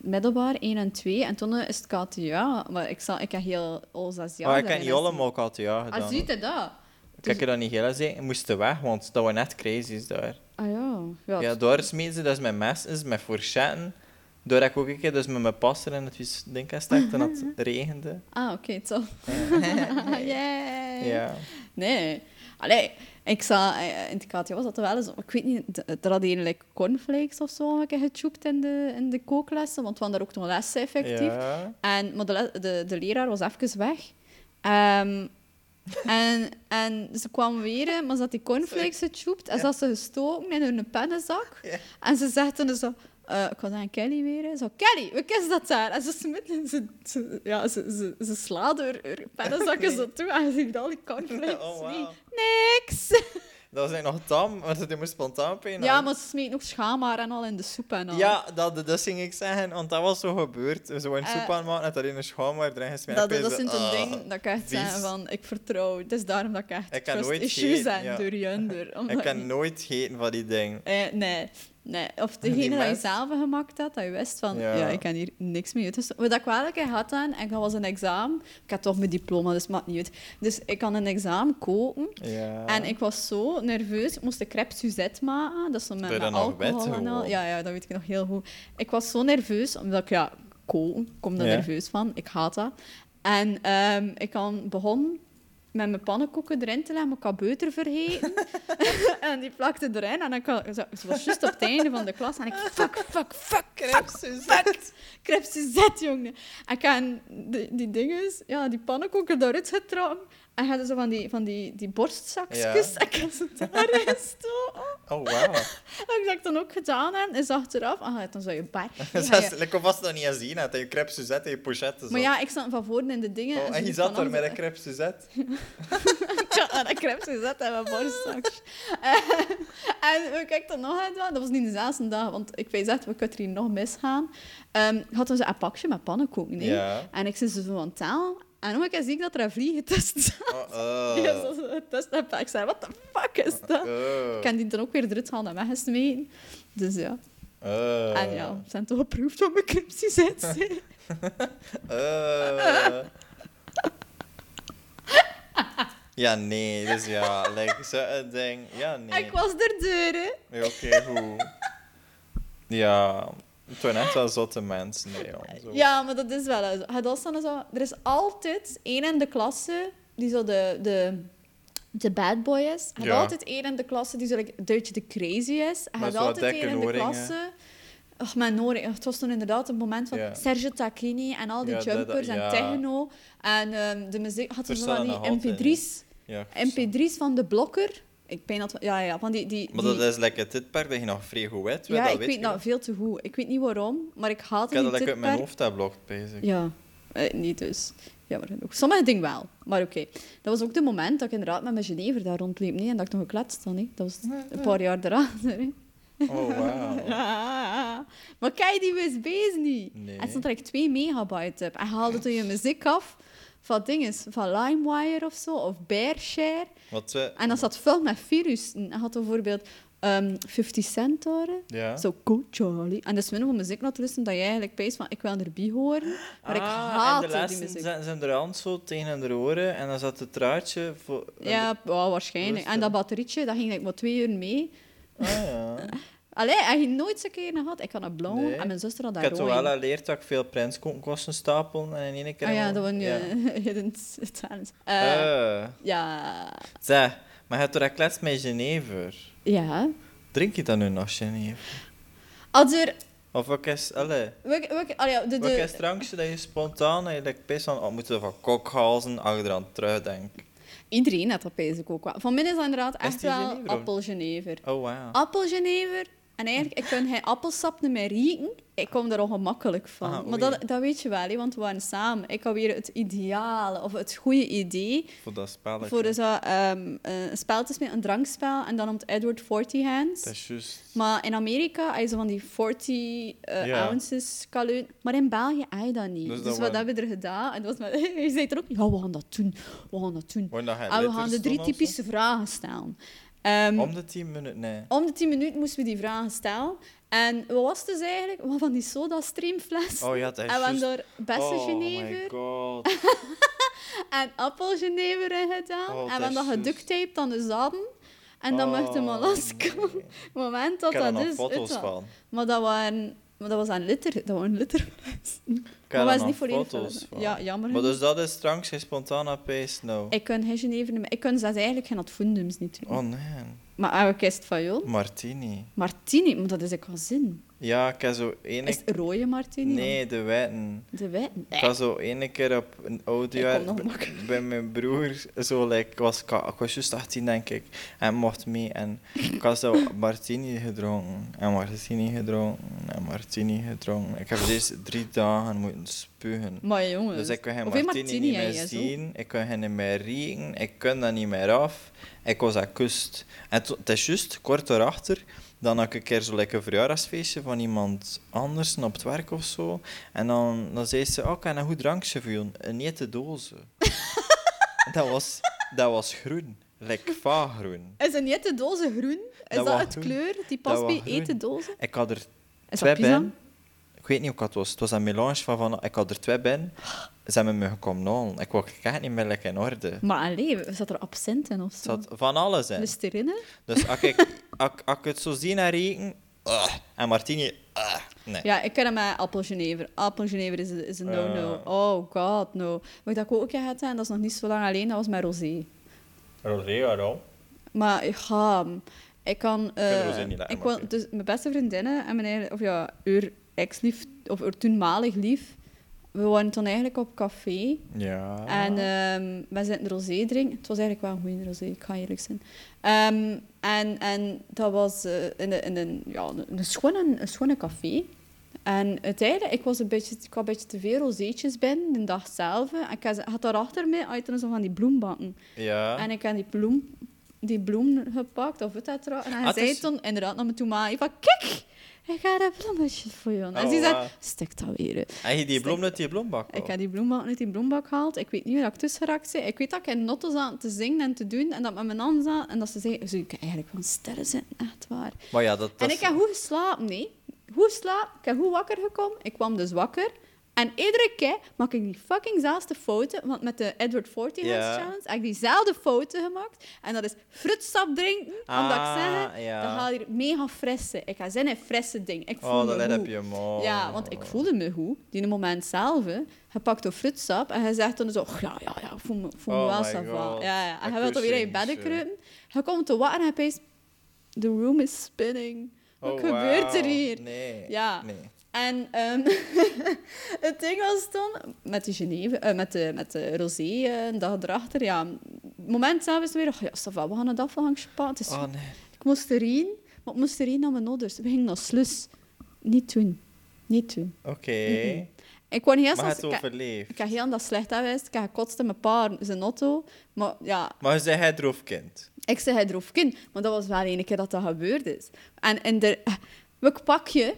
middelbaar 1 en 2. En toen eh, is het KT, ja. Maar ik, zal, ik heb heel al zes jaar
oh, ik heb
daarin
niet allemaal ook altijd ja gedaan.
Ah, ziet dus- je dat?
Ik heb je dat niet heel gezien. Ik moest weg, want dat waren net crazies daar.
Ah ja. Ja,
Ja, daar smeten ze dus mijn mes, is mijn fourchetten. Daar heb ik ook een keer dus met mijn passer in het wies- ding gestakt en het regende.
Ah, oké, zo. Yay.
Ja.
Nee. Allee, ik zag eh, in het KTO was dat wel eens... Ik weet niet, d- er had eigenlijk cornflakes of zo een keer getjoept in de, in de kooklessen, want we hadden daar ook nog lessen, effectief.
Ja.
En, maar de, le- de, de leraar was even weg. Ehm, en, en ze kwam weer, eh, maar ze had die cornflakes getjoept en ze had ze gestoken in hun pennenzak.
Ja.
En ze zegt dan zo... eh, ik was aan Kelly weer. hè. Zo, Kelly, wat is dat daar? En ze, smitten, ze, ze, ja, ze, ze, ze slaat haar, haar pennenzakken zo toe en ze ziet al die cornflakes.
Oh,
mee.
wauw.
Niks!
Dat was eigenlijk nog tam, want het moest spontaan pijn
Ja, maar nou. ze smeet nog schaamhaar en al in de soep en al.
Ja, dat, dat ging ik zeggen, want dat was zo gebeurd. Ze waren
Eh,
soep aan het maken en dat in een schoonmaar erin gesmeerd.
Dat,
Ik
dat,
was
is een
zo, ah.
ding dat ik echt
vies.
zeg van, ik vertrouw. Het is daarom dat ik echt
Ik kan
trust
nooit
issues
geven,
heb
ja.
door Junder.
Ik
omdat
kan
je-
nooit geten van die ding.
Eh, nee, nee. Of
Die
degene dat je
mens.
zelf gemaakt had, dat je wist van, ja,
Ja.
ik kan hier niks mee uit. Dus wat ik wel een keer had aan, en dat was een examen. Ik had toch mijn diploma, dus het maakt niet uit. Dus ik kan een examen koken.
Ja.
En ik was zo nerveus. Ik moest de crepe Suzette maken. Dat is zo met,
Ben je
met
dat nog
alcohol
weten
en al.
gewoon?
Ja, ja, dat weet ik nog heel goed. Ik was zo nerveus, omdat ik, ja, koken, ik kom daar
Ja.
nerveus van. Ik haat dat. En ehm, ik kan begon met mijn pannenkoeken erin te leggen, maar ik had boter vergeten. en die plakte erin. En ik had, ze ze was juist op het einde van de klas. En ik, fuck, fuck, fuck, fuck, fuck. Crepe Suzette, jongen. En ik had die, die dinges, ja, die pannenkoeken daaruit getrokken. En je had zo van die, van die, die borstzakjes.
Ja.
En ik had ze daarin stoken.
Oh, wauw.
Wat ik dat dan ook gedaan heb, is achteraf... Ah, je hebt dan zo je bar.
Dat is- Ik kon vast nog niet eens zien. Had je crepe Suzette en je pochette.
Maar ja, ik zat van voren in de dingen.
Oh, en je
zoiets
zat
van
er met
andere-
een crepe Suzette.
Ik had aan een crepe gezet en mijn borstzakje. Eh, en we kijken dan nog uit. Dat was niet dezelfde dag, want ik weet echt, we kunnen er hier nog misgaan. Ehm ik had dus een pakje met pannenkoeken. hè.
Ja.
En ik zit ze zo aan het tellen. En om een keer zie ik dat er een vlieg getest zat.
Oh, oh.
Die is zo getest en ik zei, wat de fuck is dat?
Oh,
Ik kan die dan ook weer eruit halen en weggesmeten. Dus ja.
oh,
En ja, we zijn toch geproefd wat mijn cryptie zit.
oh. Ja, nee, dus ja, like, zo'n ding. Ja, nee.
Ik was er deur, hè.
Ja, oké, goed. Ja, het waren echt wel zotte mensen. Nee, joh, zo.
Ja, maar dat is wel eh, zo. Het was dan zo. Er is altijd één in de klasse die zo de, de, de bad boy is. Hij
Ja.
had altijd één in de klasse die zo like, Duitje de crazy is. Hij
Maar
had
zo
altijd
dikke
één in de
oorringen.
klasse. Ach, mijn Noring. Het was toen inderdaad het moment van
Ja.
Serge Tacchini en al die
Ja, dat- dat-
jumpers
ja.
en techno. En ehm, de muziek had
Er
zo
staan
van
nog altijd,
die mp3's.
Ja, ik versta.
mp3's van de blokker. Ik ben dat... Ja, ja, van die... die,
Maar
die-
dat is lekker dit park dat je nog vrij goed weet.
ja,
dat
ik
weet
weet
je
dat
nog.
veel te goed. Ik weet niet waarom, maar ik haat
Ik
het
had dat
niet dit
lekker uit mijn
per
hoofd dat blokt, bezig.
ja, eh, niet dus. Jammer genoeg. Sommige dingen wel, maar oké. Dat was ook het moment dat ik inderdaad met mijn Genever daar rondliep nee, en dat ik nog gekletst had. Nee. Dat was een paar jaar erachter. hè.
Oh, wauw.
Ja. Maar kijk die USB's niet.
Nee.
En het stond er like 2 megabyte op. En je haalde toen je muziek af van dingen, van LimeWire of zo, of Bearshare.
Wat eh, we...
En dat zat veel met virussen. En je had bijvoorbeeld ehm 50 cent horen.
Ja.
Zo, go Charlie. En dat is minder om muziek naar te luisteren dat jij eigenlijk pees van ik wil erbij horen. Maar ik
Ah,
haat
en de
die
lessen
muziek.
zijn, zijn er hand zo tegen hun oren en dan zat het traadje voor...
Ja, wauw, waarschijnlijk.
Rustig.
En dat batterietje, dat ging like, maar twee uur mee.
Ah, ja.
Allee, hij ging nooit zo'n keer gehad. Ik had een blauw
Nee.
en mijn zuster had
Ik
dat
heb toch
rooi.
wel geleerd dat ik veel prins kon kosten stapelen en in één keer...
Ah ja, dat was
gewoon-
nu
Ja.
hidden talent. Eh,
Eh,
Ja.
Zeg, maar je hebt toch dat klets met Genever?
Ja.
Drink je dan nu nog Genever?
Als er...
Of wat is... Allee.
Welke, welke, allee, ja, de,
Wat is
de,
het drankje dat je spontaan eigenlijk pist van... Oh, moeten we van kokhalzen achter aan terugdenken?
iedereen had dat pees ik ook wel. Van mij is dat inderdaad echt
die
wel
Genever ook?
appelgenever.
Oh, wauw.
Ah, appelgenever. En eigenlijk, ik kon geen appelsap niet meer rieken. Ik kom daar ongemakkelijk van.
Ah, oei.
maar dat, dat weet je wel, hè, want we waren samen. Ik had weer het ideale of het goede idee
Voor dat spelletje.
voor zo, ehm, een spel te spelen, een drankspel. En dan om het Edward 40
Dat
Hands.
is juist.
Maar in Amerika had je zo van die 40 eh,
Ja.
ounces kaluun. Maar in België had je dat niet.
Dus
Dus, wat
dat waren-
hebben we er gedaan? En het was met, je zei er ook, ja, we gaan dat doen. We gaan dat doen.
Worden dat geen
En we
letters
gaan de drie
doen of zo?
typische vragen stellen. Ehm,
Om de 10 minuten, nee.
om de 10 minuten moesten we die vragen stellen. En wat was het dus eigenlijk? Wat van die soda-streamfles.
Oh ja, dat
en
is
we hadden
juist.
daar bessengenever
Oh my god.
en appelgenever in gedaan.
Oh,
en we hadden dat
dat is juist.
geducttaped aan de zaden. En dan
Oh,
mocht de malas
nee.
komen. Het moment dat
Ik heb er
dat
nog
is.
foto's
uitwa-
van.
Maar dat waren... Maar dat was aan litter, dat waren litterflessen.
Ik heb
Maar
er
was
nog
niet volledig
foto's
verder.
van.
Ja, jammer
Maar
genoeg.
dus dat is straks geen spontane pace, nou.
Ik kon geen Genever niet meer. Ik kon zelfs eigenlijk geen advoendums niet doen.
Oh nee,
Maar ah, ik kist van joh.
martini.
Martini, maar dat is ik wel zin.
Ja, ik heb zo één
Is het rode martini?
Nee, de witte.
De witte?
Ik had zo één keer op een audio
Ik kom nog makkelijk.
bij mijn broer, zo, like, ik was, ka- ik was juist 18 denk ik, en mocht mee en ik had zo martini gedronken en martini gedronken en martini gedronken. Ik heb deze drie dagen moeten spugen.
Maar jongens.
Dus ik kan geen
hoeveel
martini, niet
jij
meer
is, hoor.
zien, ik kan geen meer rieken, ik kan dat niet meer af. Ik was aan kust. En to- het is juist kort daarachter, dan had ik een keer zo'n lekker verjaardagsfeestje van iemand anders op het werk of zo. En dan, dan zei ze, oh, ik heb een goed drankje voor jou, een ete doze. dat, was, dat was groen, lekker vaaggroen.
Is een jette doze groen? Is
Dat
dat,
was
het
groen.
kleur die
Dat
past
was
bij
groen.
eten dozen?
Ik had er
Is
twee
dat
ben.
pisang?
Ik weet niet hoe ik het was. Het was een melange van, van ik had er twee ben. Ze hebben me gekomen halen. Ik wou ik had het niet meer lekker in orde.
Maar alleen, zat er absint in of
Het
zo?
zat van alles in.
Listerine?
Dus als ik, als, als ik het zo zie naar reken, ugh. en Martini, ugh. nee.
Ja, ik ken hem met appelgenever. Appelgenever is, is een no-no.
Ja.
Oh god, no. Wat ik dat ook een keer had, en dat is nog niet zo lang alleen, dat was met rosé.
Rosé, waarom?
Maar ik ga... Ik kan... eh,
rosé niet laten,
ik
maar
wil,
oké.
dus mijn beste vriendinnen en mijn eigen- Of ja, uw ex-lief... Of uw toenmalig lief. we waren toen eigenlijk op café.
Ja.
En ehm we zitten rosé drinken. Het was eigenlijk wel een goede rosé, ik ga eerlijk zijn. Ehm, en, en dat was eh, in, een, in een, ja, een, een, schone, een schone café. En uiteindelijk, ik was een beetje, ik had een beetje te veel rozeetjes binnen de dag zelf. En ik had- had daar achter mij uit zo van die bloembanken.
ja.
eh, En ik heb die bloem, die bloem gepakt, of het dat er, En hij
Ah, het
zei
is-
toen inderdaad naar me toe, maar van, kijk, ik ga dat bloemetje voor jou. en
Oh,
ze zei,
wauw.
stik dat weer. uit."
En je die bloem uit die bloembak?
Ik
wel?
heb die bloembak uit die bloembak gehaald. Ik weet niet hoe ik tussen geraakt ben. Ik weet dat ik in notto zat te zingen en te doen. En dat ik met mijn hand zat. En dat ze zei, zo, ik kan eigenlijk van sterren zitten, echt waar.
Maar ja, dat, dat
en ik
is-
heb goed geslapen, nee. Goed geslapen. Ik heb goed wakker gekomen. Ik kwam dus wakker. En iedere keer maak ik die fucking zaalste fouten. Want met de Edward Forty House
Ja.
Challenge heb ik diezelfde fouten gemaakt. En dat is fruitsap drinken. omdat ik
Ah,
zeg,
ja.
dat gaat hier mega frisse. Ik ga zin in frisse dingen. Ik voel
Oh,
me
dat heb
goed.
je mooi.
Ja, want ik voelde me goed. Die moment zelf, hè. je pakt een fruitsap en je zegt dan zo... "Och, Ja, ja, ja, ik voel me, ik voel me
Oh
wel
my
sava.
God.
Ja, ja. En
Dat
je wilt dan weer in je
kussen,
bedden
zo.
kruipen. Je komt te water en je peest... The room is spinning. Wat
Oh,
gebeurt er
wauw.
hier?
Nee.
Ja.
Nee.
En ehm, het ding was dan, met de Geneve, eh, met, de, met de rosé, eh, een dag erachter, ja. Het moment zelf is weer, oh ja, Sava, we gaan het afhangstje pakken. Het is
Oh, nee.
ik moest erin, maar ik moest erin naar mijn ouders. We gingen naar Slus. Niet doen. Niet doen.
Oké.
Mhm. Ik kwam heel
Maar
snel...
het
Ik, ik,
overleeft.
heb heel dat slecht geweest. Ik heb gekotst in mijn paar, zijn auto. Maar ja,
Maar zei hij droefkind?
ik zei, hij droef kind. Maar dat was wel één keer dat dat gebeurd is. En, en er, eh, ik pak je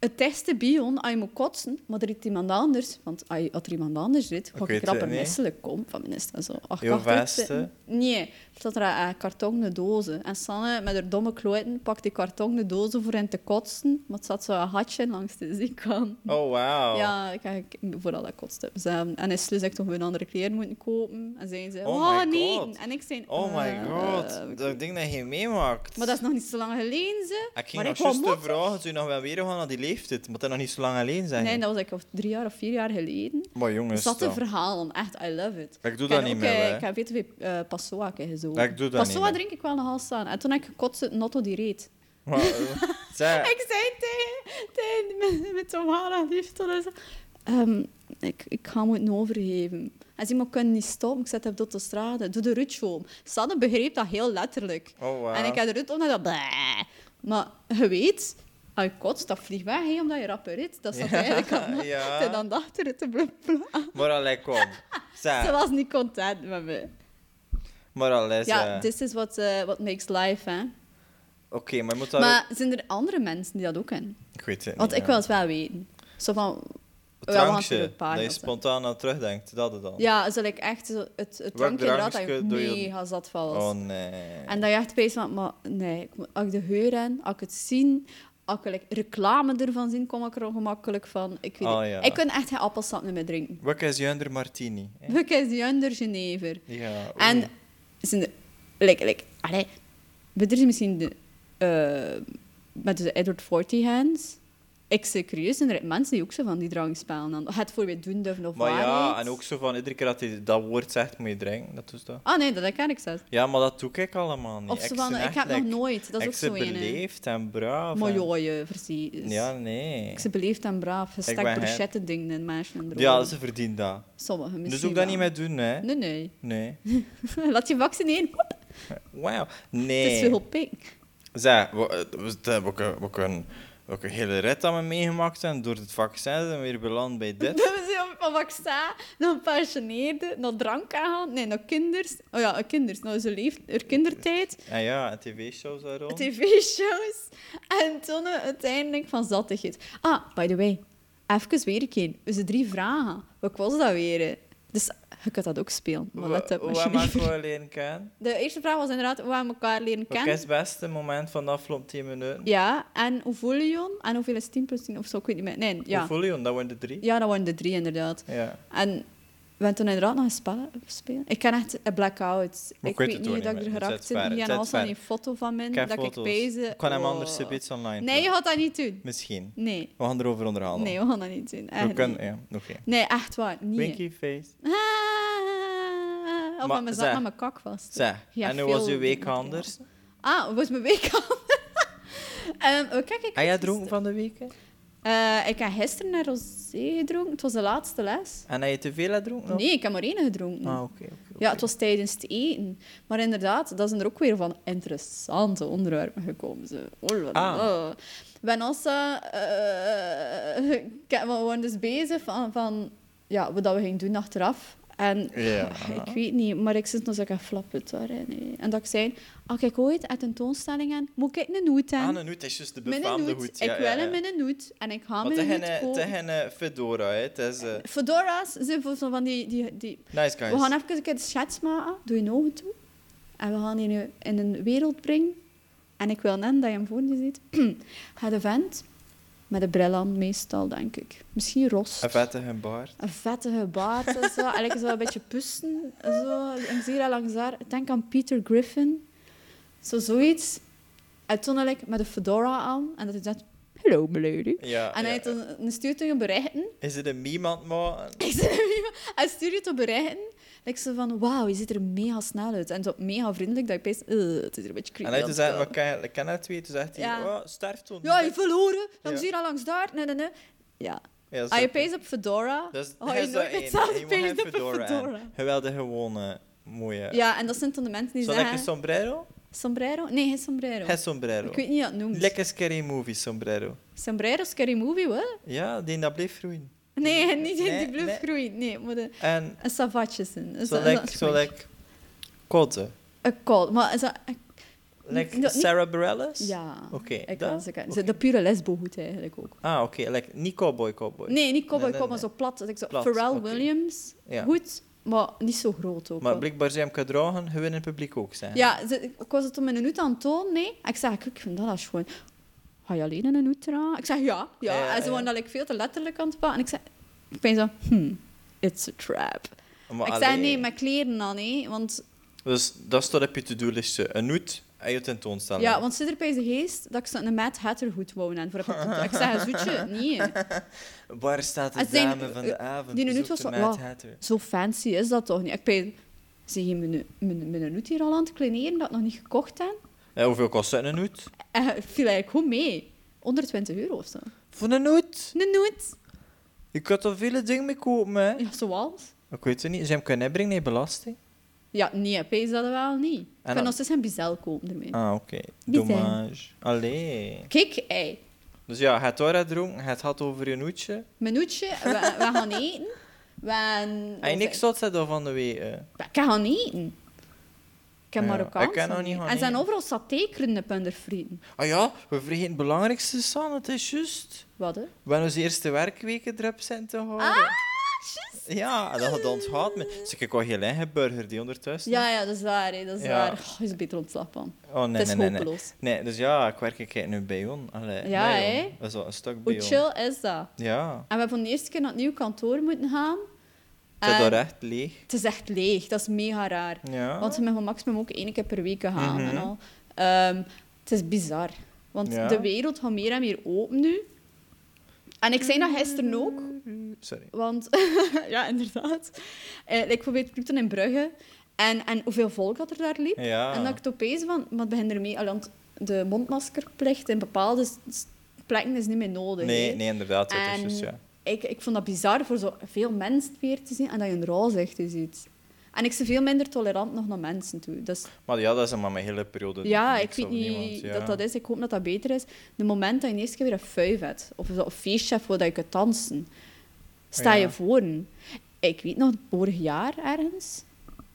het beste bion als je moet kotsen, maar er is iemand anders. Want als je- als er iemand anders zit, ga
Ik
ik
weet
rapper
het niet.
misselijk komen van minister en zo. Ach,
Heel
ik achteruit
vaste.
zitten. Nee, er zat er eh, een kartonnen dozen. En Sanne, met haar domme kloiten, pakt die kartonnen dozen voor hen te kotsen, maar het zat zo een hatje langs de zijkant.
Oh, wauw.
Mhm. Ja, ik heb vooral dat kotste. Ze- En in Slus heb ik toch weer andere kleren moeten kopen. En zeiden ze,
Oh
oh,
my
nee.
God.
En ik zei,
Oh my
eh,
god,
eh,
dat ding dat je meemaakt.
maar dat is nog niet zo lang geleden, ze.
ik ging
maar
nog
ik wou
juist te
moppen.
vragen, zou je nog wel weer gaan naar die leeftijd? Maar dat nog niet zo lang alleen zijn.
Nee, dat was ik of drie jaar of vier jaar geleden.
Maar jongens,
Zat te
dan.
verhalen, echt, I love it.
ik
heb
doe dat niet
ook,
meer.
eh,
hè.
Ik heb veel te veel eh, Passoa gezogen.
Ik doe dat niet
Passoa
meer.
drink ik wel nogal staan. En toen heb ik gekotst, Notto die reed.
Maar, eh, zeg,
Ik zei tegen, tegen met, met Tom Hara, die heeft toen zo... ehm, ik, ik ga moeten overgeven. Hij zei, maar ik kan niet stoppen. Ik zet hem op de straat. Doe de rutsch om. Sanne begreep dat heel letterlijk.
Oh, wauw.
En ik had de rut om en dat... bleh. Maar je weet, als je kotst, dat vliegt weg, hè, omdat je rapper rit. Dat zat
Ja,
eigenlijk al
ja.
En dan dacht er te blubben.
maar allee, kom. Zeg,
Ze was niet content met me.
maar allee, zeg.
Ja, this is what, eh, what makes life, hè.
Oké, maar je moet dat...
Maar zijn er andere mensen die dat ook hebben?
Ik weet het
Want
niet,
ik
ja.
wil het wel weten. Zo van...
Het
ja, we
drankje,
hadden er een paar
dat je
gehad, hè.
spontaan aan terugdenkt, dat het dan.
Ja, zal ik echt zo- het, het
Welk
drankje inderdaad dat
drankje
ik
doe je-
mega zat van was.
Oh nee.
En dat je echt bezig van, maar nee, ik moet- als ik de geur heb, als ik het zie, als ik like, reclame ervan zie, kom ik er ongemakkelijk van. Ik weet
Ah,
het.
ja.
Ik kan echt geen appelsap meer drinken.
Wat is Junder Martini? hè?
Ik is die onder Genever.
Ja, oei.
En zijn er, like, like, allee, we- er is misschien de, eh, met de Edward Forty Hands. Ik serieus, en er zijn mensen die ook zo van die drank spelen. dan. Het voor weer doen durven of
Maar ja,
waarheid.
en ook zo van iedere keer dat hij dat woord zegt, moet je drinken. Dat doet dat.
Ah nee, dat ken ik zelf.
Ja, maar dat doe ik allemaal niet.
Of zo van,
ben
ik
echt,
heb nog
like,
nooit. Dat is ook
ik ze
zo een. hè.
beleefd en braaf.
Maar
en-
joh, je versie.
Ja, nee.
Ik ze beleefd en braaf. Je
ben
stak
het.
brochette dingen in meisjes en dromen.
Ja, ze verdient dat.
Sommigen misschien
dus ook dat
wel.
niet mee doen, hè?
Nee, nee.
Nee.
Laat je vaccineren. Hop,
Wauw.
Het is
Nee.
veel pik.
Zeg, we, eh, we, we, we, kunnen- we, kunnen- we kunnen hele rit aan me meegemaakt en door het vaccin zijn we weer beland bij dit.
We zijn van vaccin, naar pensioneerden, naar drank aangaan. Nee, naar kinders. Oh ja, naar kinders. Naar zijn leeft, haar kindertijd.
En ja, en tv-shows daarom.
TV-shows. En toen uiteindelijk van zattigheid. Ah, by the way. Even weer een keer. Onze drie vragen. Wat was dat weer? hè? Dus je kunt dat ook spelen. Maar let op,
Hoe heb
alsjeblieft.
ik wel leren kennen?
De eerste vraag was inderdaad hoe we elkaar leren
Wat is
kennen.
het beste moment van de afgelopen 10 minuten?
Ja, en hoe voel je je? En hoeveel is 10 plus 10 of zo? Ik weet niet meer. Nee, ja.
Hoe voel je je? Dat waren de drie.
ja, dat waren de drie inderdaad.
Ja.
En we hebben toen inderdaad nog een spel gespeeld. Ik ken echt een blackout.
Maar
Ik, weet niet hoe
ook
dat ik
niet
er
meer. Het
geraakt
is
ben.
waar,
Hier
het
en
is
was
waar.
dan een foto van mij
Ik heb
dat
foto's.
ik bezig.
Ik kan hem
Oh.
anders een beetje online
Nee, je
plaatsen.
gaat dat niet doen.
Misschien.
Nee.
We gaan erover onderhandelen.
Nee, we gaan dat niet doen. Echt
We kunnen...
niet.
Ja, oké.
Nee, echt waar. Niet.
Winky face.
Ah, of
Maar
aan mijn
zeg-
zak met mijn kak vast.
Zeg,
Ja,
en hoe was
veel
uw week
materiaal.
anders?
Ah, hoe was mijn week al? Ehm, wat kijk ik
Heb jij
uit
dronken van de week? hè?
Eh, ik heb gisteren een rosé gedronken. Het was de laatste les.
En heb je te veel laten drinken? nog?
Nee, ik heb maar één gedronken.
Ah, oké. oké, oké.
Ja, het was tijdens het eten. Maar inderdaad, dat zijn er ook weer van interessante onderwerpen gekomen. Ze. Oh, wat-
Ah.
oh. Venossa, eh, ik heb- we waren dus bezig van, van ja, wat dat we gingen doen achteraf. En
Ja.
ik weet niet, maar ik zit nog zo flap het daarin. hè. En dat ik zei, als ik ooit uit een toonstelling aan, moet ik een hoed
Ah,
aan.
een hoed is juist de
Mijn
befaamde hoed.
hoed, ik wil hem in een hoed en ik ga
Want het
mijn hoed
is geen- het is
kopen.
geen eh, fedora, hè. Het is... eh,
Fedora's zijn voor zo van die, die, die
nice guys.
we gaan even een keer de schets maken. Doe je ogen toe. En we gaan die nu in een wereld brengen. En ik wil net dat je hem voor je ziet. Ga de vent met een bril aan, meestal, denk ik. Misschien rost.
Een vettige baard.
Een vettige baard en zo. Eigenlijk zo een beetje pusten. Zo, en zeer langs daar. Denk aan Peter Griffin. Zo zoiets. En toen eigenlijk met een fedora aan. En dat hij zegt, hello milady.
Ja,
En
ja,
hij
ja.
dan dan stuurt hij een berichten.
Is het een meme aan het maken?
Ik zei tegen iemand, hij stuurde het op berichten. En ik zei van, wauw, je ziet er mega snel uit. En zo mega vriendelijk, dat ik best, eh, het is er een beetje
En
creepy
hij
aan
toen
het
zei,
wel.
wat kan je- kan dat twee? Toen zegt hij,
Ja.
oh, sterft toen.
Ja, je verloren, langs
Ja.
hier en langs daar, nee, nee, nee. Ja.
Ja,
Als Ah, je
zo-
pees op Fedora,
Dat is,
Oh,
dat
je
is
doet
dat
het
één.
zelf,
Je moet
je
geen
doet een
fedora
fedora.
aan. Je wilde gewoon eh, mooie...
ja. en dat zijn dan de mensen die
Zal ik een
zeggen,
sombrero?
sombrero? Nee, geen sombrero.
Geen sombrero.
Ik weet niet hoe het noemt.
Lekker scary movie, sombrero.
Sombrero, scary movie, wel?
Ja, die dat bleef groeien.
Nee, niet in
Nee,
die bluf
nee.
groeit, nee. Maar de,
En
een savatje zijn. Een
zo
sa-
lekker...
een-
Zo lekker... Kotte.
Een kool, maar is dat...
Like
niet-
Sarah Bareilles?
Ja,
Oké,
ik
dat-
kan ze kennen.
oké.
De pure lesbo goed eigenlijk ook.
Ah, oké. like, niet cowboy, cowboy.
Nee, niet cowboy,
Nee, nee,
cowboy,
nee.
maar zo plat. Dat ik zo,
Plat,
Pharrell
oké.
Williams,
Ja.
goed, maar niet zo groot ook.
Maar
wel.
blijkbaar zijn hem kan dragen, je wil in het publiek ook zijn.
ja, ze- ik ik was het om in een hoed aan het tonen, nee. En Ik zei, kijk, ik vind dat als gewoon... Ga je alleen in een hoed dragen? Ik zei, ja, ja.
Ja, ja,
en ze
ja.
waren dat ik veel te letterlijk aan het pakken. En ik zei, ik ben zo, hmm, it's a trap.
Maar
ik zei,
allee.
nee, met kleren aan, nee. Want,
Dus dat staat op je to-do-listje. Een hoed en je tentoonstelling.
ja, want zit er bij de geest dat ik zo een Mad Hatter hoed wou hebben. Voor ik, ik zei, zoetje, nee.
Waar staat de
Het zijn-
dame van de
eh,
avond?
die een hoed
Zoekt
was
de
zo-
Mad
ja.
Hatter.
Zo fancy is dat toch niet? Ik ben, zie je mijn, mijn, mijn hoed hier al aan het kleneren dat ik nog niet gekocht heb?
Ja, Eh, hoeveel kost dat een hoed?
En het Eh, viel eigenlijk goed mee. Onder 20 euro of zo.
Voor een hoed?
Een nooit.
Je kunt er vele dingen mee kopen, hè?
Ja, zoals?
Ik weet het niet. Ze hem kunnen inbrengen naar belasting.
Ja, nee, ik pees dat wel niet. Ik
Ah, dan-
kan nog steeds een bizel kopen ermee.
Ah, oké.
Bizar.
Dommage. Allee.
Kijk, ey,
Dus ja, het Tora dronken, het had over je hoedje.
mijn hoedje, we, we gaan eten. We gaan...
En je niks
of-
zot zet al van de eh. weten.
Ik ga eten. Ik heb
Ja,
Marokkaans.
ik kan nog
aan
niet gaan
En zijn
eten.
overal satékruidenpunten vrienden.
Ah ja, we vergeten het belangrijkste, San. Het is juist.
Wat, hè?
We hebben onze eerste werkweken erop zijn te houden.
Ah, juist.
Ja, dat had onthoudt me. Dus ik wou geen eigen burger die ondertussen...
Ja, ja, dat is waar, hè, dat is
Ja.
waar. Oh, is beter ontslag van.
Oh, nee,
het is
nee, nee, nee.
hopeloos.
Nee, dus ja, ik werk ik nu bij Jon. Allee,
Ja,
bij Jon.
hè?
Dat is wel een stuk bij
Hoe
Jon.
chill is dat?
Ja.
En we hebben voor de eerste keer naar het nieuwe kantoor moeten gaan.
Het is daar
En
echt leeg.
het is echt leeg, dat is mega raar.
Ja.
Want ze met Van Maximum ook één keer per week gaan
Ah. Mhm.
en al. Ehm, het is bizar. Want
Ja.
de wereld gaat meer en meer open nu. En ik zei dat gisteren ook,
Sorry.
want... ja, inderdaad. Eh ik probeerde toen in Brugge. En, en hoeveel volk dat er daar liep.
Ja.
En dat ik het opeens van... Maar het begint ermee... allee, Want de mondmaskerplicht in bepaalde s- s- plekken is niet meer nodig.
Nee,
hè.
nee, inderdaad. Dat is
En-
juist, ja.
ik, ik vond dat bizar voor zo veel mensen weer te zien en dat je een roze echt ziet. En ik ben veel minder tolerant nog naar mensen toe. Dus
Maar ja, dat is maar mijn hele periode.
ja,
niks
ik weet
of
niet
niemand, ja.
dat dat is. Ik hoop dat dat beter is. De moment dat je ineens keer weer een fuif hebt, of zo- een feestchef wil dat je kunt dansen, sta
Ja.
je voor. Ik weet nog, vorig jaar ergens,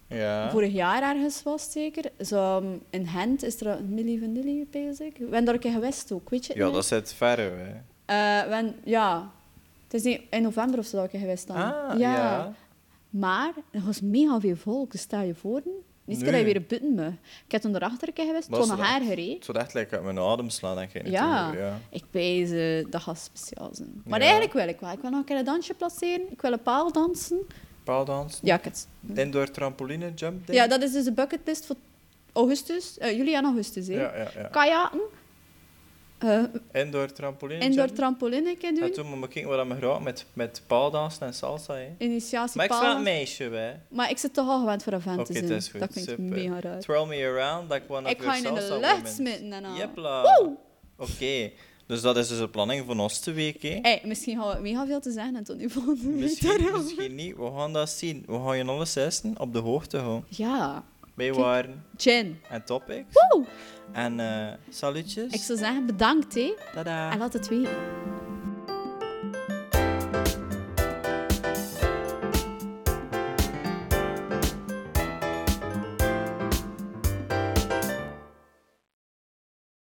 Ja.
vorig jaar ergens was het zeker, zo um, in Gent is er een Milli Vanilli bezig. We zijn daar een keer geweest ook, weet je het
ja,
nog?
dat zit ver, hè.
Eh, we zijn- ja, het is niet- in november of zo dat ik er geweest dan.
Ah, ja.
Maar er was mega veel volk, dus stel je voor. Niet
Nee.
dat je weer een button me. Ik heb toen erachter een keer geweest,
Was
toen
er
naar
dat?
haar gereden.
Het zou echt lekker uit mijn adem slaan, denk ik.
Ja.
natuurlijk, ja.
Ik wijs, eh, dat gaat speciaal zijn. Maar
Ja.
eigenlijk wil ik wel. Ik wil nog een keer een dansje placeren. Ik wil een paal dansen.
Paaldans.
Ja, ik het.
Indoor trampoline, jump ding.
ja dat is dus de bucketlist voor augustus. eh, juli en augustus, hè.
ja, ja, ja.
Kajaken. eh,
Indoor trampoline,
indoor
jump.
trampoline een keer
En
doen.
toen moet ik kijken wat me graag met, met paaldansen en salsa, hè.
Initiatie
Maar ik sta
paal.
een meisje, hè.
Maar ik zit toch al gewend voor een vent
Oké,
te zijn.
dat is goed.
Dat klinkt
Super.
mega raar.
Twirl me around like one
Ik
of your
ga je in de
salsa
lucht
women.
smitten en al.
Jepla.
Woe!
Oké, Dus dat is dus een planning voor ons te week. Hè.
Hey, misschien gaan we mega veel te zeggen en tot nu volgende week
Misschien,
daarover.
misschien niet. We gaan dat zien. We gaan je alle zessen op de hoogte houden.
Ja,
Wij waren
Jen.
en topics.
Woe!
En eh, salutjes.
Ik zou zeggen bedankt, hè.
Tada.
En laat het weten.